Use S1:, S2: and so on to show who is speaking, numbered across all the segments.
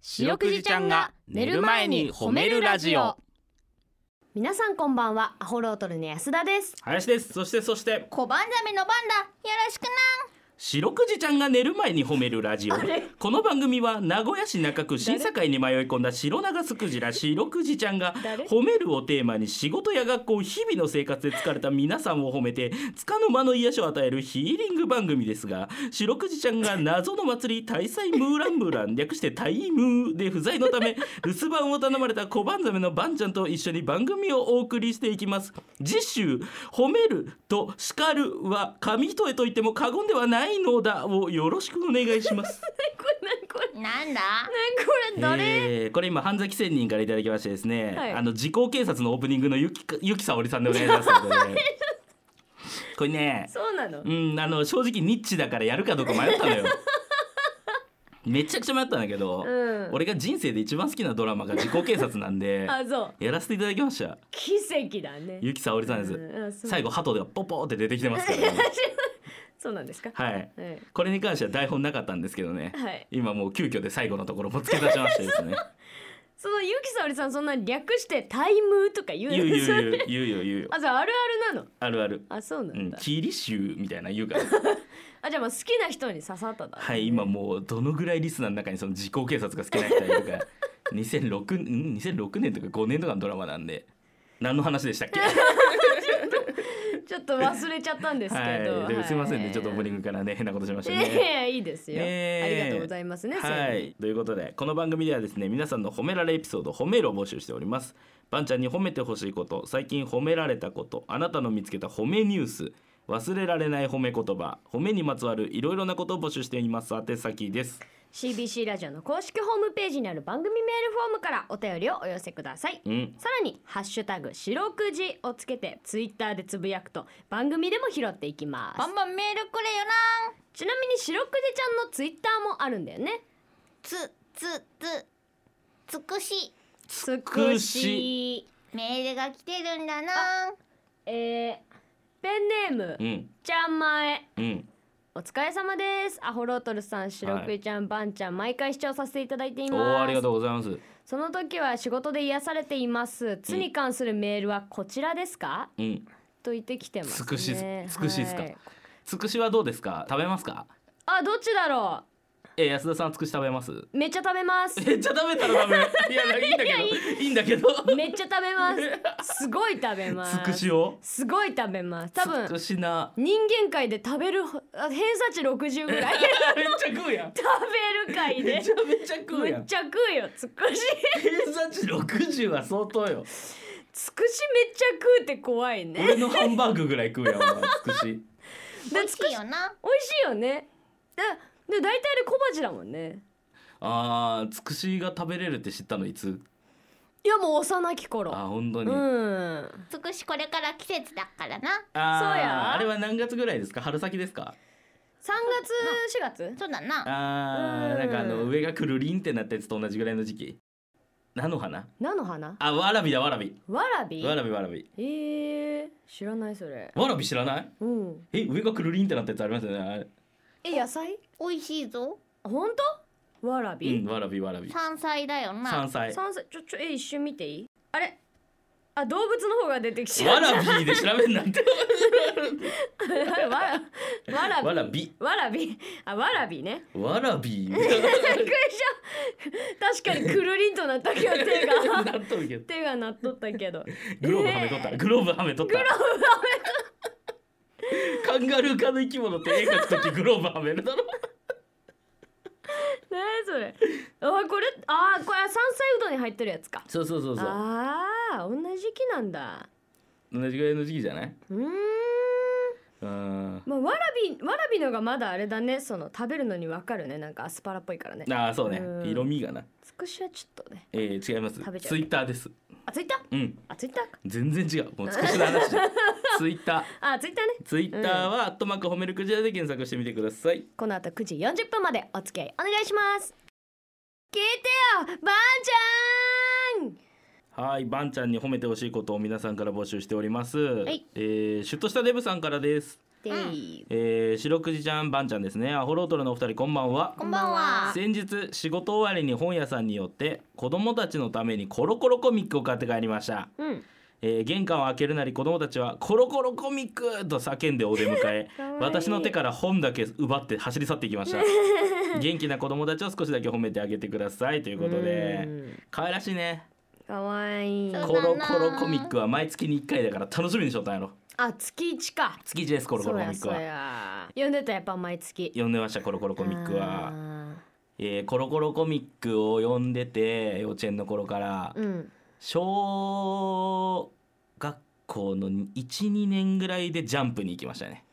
S1: 白くじちゃんが寝る前に褒めるラジオ
S2: 皆さんこんばんはアホロートルの安田です
S1: 林ですそしてそして
S3: 小判ザメの番だよろしくな
S1: 白くじちゃんが寝る前に褒めるラジオこの番組は名古屋市中区新堺に迷い込んだ白長スクジラ白くじちゃんが
S2: 誰
S1: 褒めるをテーマに仕事や学校日々の生活で疲れた皆さんを褒めて束の間の癒しを与えるヒーリング番組ですが白くじちゃんが謎の祭り大祭ムーランムーラン略してタイムーで不在のため留守番を頼まれた小判ザメのバンちゃんと一緒に番組をお送りしていきます次週「褒める」と「叱る」は紙一重と言っても過言ではないのだをよろしくお願いします
S2: これ何これ
S3: なんだ
S2: 何これ誰、
S1: えーこれ今半崎仙人からいただきましてですね、
S2: はい
S1: あの時効警察のオープニングのゆきかゆきさおりさんでお願いしますので、ね、これね
S2: そうなの
S1: うんあの正直ニッチだからやるかどうか迷った のよめちゃくちゃ迷ったんだけど、
S2: うん
S1: 俺が人生で一番好きなドラマが時効警察なんで
S2: あそう
S1: やらせていただきました
S2: 奇跡だね
S1: ゆきさおりさんです、
S2: うんあそう
S1: 最後鳩ではポッポーって出てきてますから、ね、
S2: そうなんですか
S1: はい
S2: はい、
S1: これに関しては台本なかったんですけどね、
S2: はい
S1: 今もう急遽で最後のところも付け足しまして ですね
S2: そのゆきさおりさんそんな略してタイムとか言う
S1: 言う言う
S2: それ
S1: 言う言う言う言う
S2: あじゃああるあるなの
S1: あるある。
S2: あそうな
S1: うんん、
S2: だ、
S1: キリシュみたいな言う から。
S2: あじゃあまあ好きな人に刺さっただ、ね、
S1: はい、今もうどのぐらいリスナーの中にその時効警察が好きな人がいるか。2006, ん2006年とか5年とかのドラマなんで何の話でしたっけ
S2: ちょっと忘れちゃったんですけど、
S1: はい、で
S2: はい
S1: すいませんねちょっとオープニングからね変なことしました
S2: いやい
S1: ね。
S2: やいいですよ、
S1: ねえ
S2: ありがとうございますねそう
S1: は
S2: う
S1: いということでこの番組ではですね皆さんの褒められエピソード褒めるを募集しておりますばんちゃんに褒めてほしいこと最近褒められたことあなたの見つけた褒めニュース忘れられない褒め言葉褒めにまつわるいろいろなことを募集しています宛先です
S2: CBC ラジオの公式ホームページにある番組メールフォームからお便りをお寄せください
S1: うん、
S2: さらに「ハッシュタグ白くじ」をつけてツイッターでつぶやくと番組でも拾っていきます
S3: バンバンメールくれよな
S2: ちなみに白くじちゃんのツイッターもあるんだよね
S3: つつつつくし
S2: つ
S1: くし
S3: メールが来てるんだな
S2: えー、ペンネーム
S1: うん、
S2: ちゃんまえ
S1: うん、
S2: お疲れ様ですアホロートルさん白くじちゃん、ばんちゃん毎回視聴させていただいてい
S1: お
S2: ます
S1: お、ありがとうございます。
S2: その時は仕事で癒されています。つに関するメールはこちらですか、
S1: うん、
S2: と言ってきてます
S1: つくし
S2: ね。
S1: つくしですか
S2: はい
S1: つくしはどうですか、食べますか。
S2: あ、どっちだろ
S1: え安田さん、つくし食べます。
S2: う。めっちゃ食べます。
S1: めっちゃ食べたらダ メ。いや、いいんだけど、いいんだけど。
S2: めっちゃ食べます。すごい食べます。
S1: つくしを。
S2: すごい食べます。多
S1: つく
S2: 分
S1: しな。
S2: 人間界で食べるあ偏差値60ぐ らい食
S1: めっちゃ食うやん。
S2: べる界
S1: め
S2: で
S1: ち。ゃめちゃ食う
S2: め
S1: や
S2: っ
S1: ん。
S2: ちゃ食うよ。つくし、
S1: 偏差値六十は相当よ。
S2: つくしめっちゃ食うって怖いね。
S1: 俺のハンバーグぐらい食うやん、お前つくし。
S3: 美味しいよな
S2: 美味しいよね。で、で大体で小鉢だもんね。
S1: ああ、つくしが食べれるって知ったのいつ。
S2: いやもう幼き頃。
S1: あー、本当に。
S2: うん。
S3: つくしこれから季節だからな
S1: あー
S2: そうや
S1: あれは何月ぐらいですか春先ですか
S2: 三月四月？
S3: そうだな
S1: あー
S2: うん
S1: なんかあの上がくるりんってなったやつと同じぐらいの時期菜の花
S2: 菜の花？
S1: あわらびだわらび
S2: わらび？
S1: わらびわらび
S2: えー、知らないそれ。
S1: わらび知らない
S2: うん。
S1: え上がくるりんってなったやつありますよねあれ
S2: え野菜？
S3: 美味しいぞ
S2: 本当？わら
S1: う
S2: び？
S1: んわらびわらび
S3: 山菜だよな
S1: 山菜
S2: 山菜ちょちょえ一瞬見ていい？あれ？あ動物の方が出てきちゃ
S1: わ
S2: った。
S1: らびで調べんなって
S2: わらわら び
S1: わらび
S2: わらびあわらびね。
S1: わらび
S2: びっくりした。確かにくるりんとなったけど手
S1: な
S2: が
S1: っ とるけど
S2: 手がなっとったけど。
S1: グローブはめとったグローブはめとったグローブはめカンガルー科の生き物って絵描くときグローブはめるだろ
S2: ねえそれ。あこれあこれ山菜うどんに入ってるやつか。
S1: そうそうそうそう
S2: ああ同じ時期なんだ
S1: 同じぐらいの時期じゃないう
S2: ーん、
S1: うーん
S2: まあ、わらびわらびのがまだあれだねその食べるのにわかるねなんかアスパラっぽいからね
S1: ああそうね
S2: うん
S1: 色味がな
S2: つくしはちょっとね
S1: えー、違います
S2: 食べちゃう
S1: ツイッターです
S2: あツイッター
S1: うん
S2: あツイッターか
S1: 全然違うもう少しの話 だツイッター
S2: あツイッターね
S1: ツイッターは、アットマーク褒めるクジラで検索してみてください
S2: この後9時40分までお付き合いお願いします聞いてよばあちゃん
S1: はいバンちゃんに褒めてほしいことを皆さんから募集しております、
S2: い
S1: えー、シュッとしたデブさんからです
S2: で、
S1: えー、白くじちゃんばんちゃんですねアホロートルのお二人こんばんは
S3: こんばんは
S1: 先日仕事終わりに本屋さんに寄って子供たちのためにコロコロコミックを買って帰りました、
S2: うん
S1: えー玄関を開けるなり子供たちは「コロコロコミック!」と叫んでお出迎え
S2: かわいい
S1: 私の手から本だけ奪って走り去っていきま した元気な子供たちを少しだけ褒めてあげてくださいということで
S2: ん
S1: 可愛らしいね
S2: かわいい
S3: そう
S1: コロコロコミックは毎月に1回だから楽しみにしとったんやろ
S2: あ月一か
S1: 月1ですコロコロコミック
S2: そうやそう
S1: は
S2: や読んでたやっぱ毎月
S1: 読んでましたコロコロコミックは
S2: あ。ー
S1: えーコロコロコミックを読んでて幼稚園の頃から、
S2: うん
S1: 小学校の12年ぐらいでジャンプに行きましたね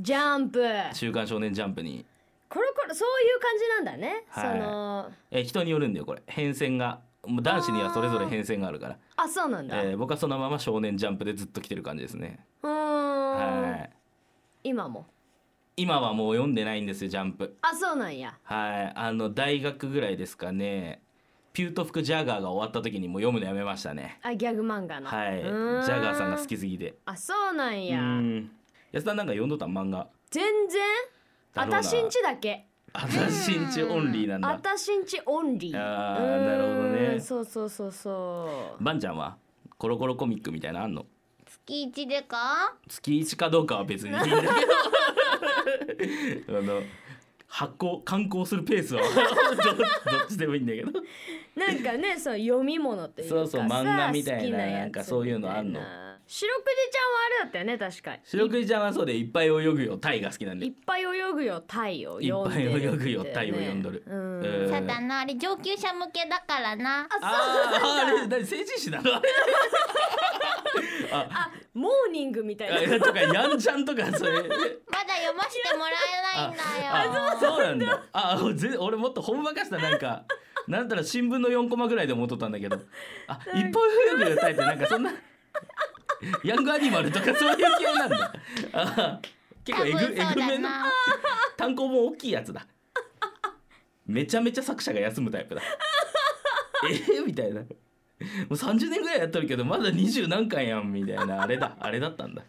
S2: ジャンプ
S1: 「週刊少年ジャンプに」
S2: コロコロそういう感じなんだね、
S1: はい
S2: その
S1: えー人によるんだよこれ変遷がもう男子にはそれぞれ変遷があるから、
S2: あそうなんだ、
S1: えー僕はそのまま少年ジャンプでずっと来てる感じですね、
S2: うーん、
S1: はい
S2: 今も
S1: 今はもう読んでないんですよジャンプ
S2: あそうなんや
S1: はいあの大学ぐらいですかねピュート服ジャガーが終わった時にもう読むのやめましたね
S2: あギャグ漫画の
S1: はいジ
S2: うー
S1: ャガーさんが好きすぎて
S2: あそうなんや
S1: うん安田なんか読んどった漫画
S2: 全然
S1: だ
S2: あ
S1: ろうな
S2: たしんちだけ
S1: あたしんちオンリーなん
S2: あ
S1: だ
S2: たしんちオンリー
S1: あー
S2: うーん
S1: なるほどね
S2: そうそうそうそう
S1: ばんちゃんはコロコロコミックみたいなのあんの
S3: 月一でか
S1: 月一かどうかは別にいいんだけどあの発行刊行するペースは どどっちでもいいんだけど
S2: なんか ねそう読み物というか
S1: そうそう
S2: さ
S1: 漫画みたいな
S2: 好きやつ
S1: なんかそういうのあんの
S2: みたいな白くじちゃんはあれだったよね確か
S1: 白くじちゃんはそうでいっぱい泳ぐよタイが好きなんで
S2: いっぱい泳ぐよ太陽
S1: いっぱい泳ぐよ太
S2: 太
S1: 陽
S2: 陽
S1: 読んどる
S2: うん
S1: うん
S3: そうだなあれ上級者向けだからな
S1: あーあれ何成人誌なのあれあ
S2: あモーニングみたいな
S1: あとかやんちゃんとかそれ
S3: まだ読ませてもらえないんだよ
S1: あそうなんだあぜ俺もっとほんまかしたなんか なんたら新聞の4コマぐらいでもっとったんだけどあ一本フーグタイってなんかそんな ヤングアニマルとかそういう系なんだあ結
S3: 多
S1: 構え
S3: 分
S1: ぐ
S3: そう
S1: えぐめ
S3: だ
S1: の
S3: な
S1: 単行本大きいやつだめちゃめちゃ作者が休むタイプだ えー、みたいなもう30年ぐらいやっとるけどまだ20何巻やんみたいなあれだあれだったんだ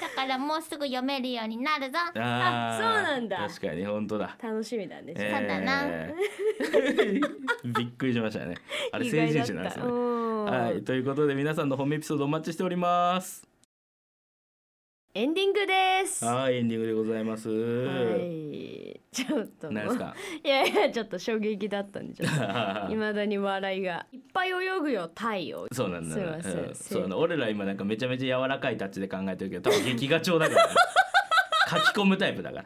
S3: だからもうすぐ読めるようになるぞ
S1: あー
S2: あそうなんだ
S1: 確かに本当だ
S2: 楽しみだね、
S3: そうだな
S1: えー びっくりしましたね。あれ
S2: 意外
S1: 成人
S2: だった
S1: 誌なんですね。は、
S2: はい
S1: ということで皆さんの本命エピソードお待ちしております。
S2: エンディングですは
S1: はい、エンディングでございます。
S2: いちょっと
S1: なんですか。
S2: いやいやちょっと衝撃だったんでちょっと未だに笑いがいっぱい泳ぐよ太陽
S1: そうなんだ。
S2: すいません
S1: うんそうなんだ。俺ら今なんかめちゃめちゃ柔らかいタッチで考えてるけど、多分劇画調だから、 ね。書き込むタイプだから。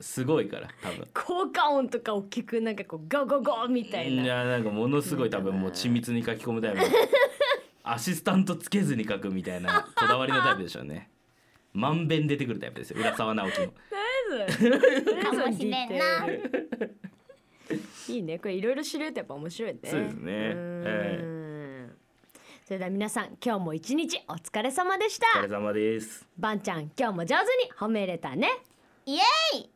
S1: すごいから、多分。
S2: 効果音とか大きくなんかこうゴゴゴみたい
S1: い
S2: な
S1: やなんかものすごい多分もう緻密に書き込むタ イプアシスタントつけずに書くみたいなこだわりのタイプでしょうねまんべん出てくるタイプですよ浦沢直樹も
S2: か
S3: かもしれんない
S2: いねこれいろいろ知れるとやっぱ面白いね
S1: そうですね
S2: うんそれでは皆さん今日も一日お疲れ様でした
S1: お疲れ様です
S2: ばんちゃん今日も上手に褒めれたね
S3: イエーイ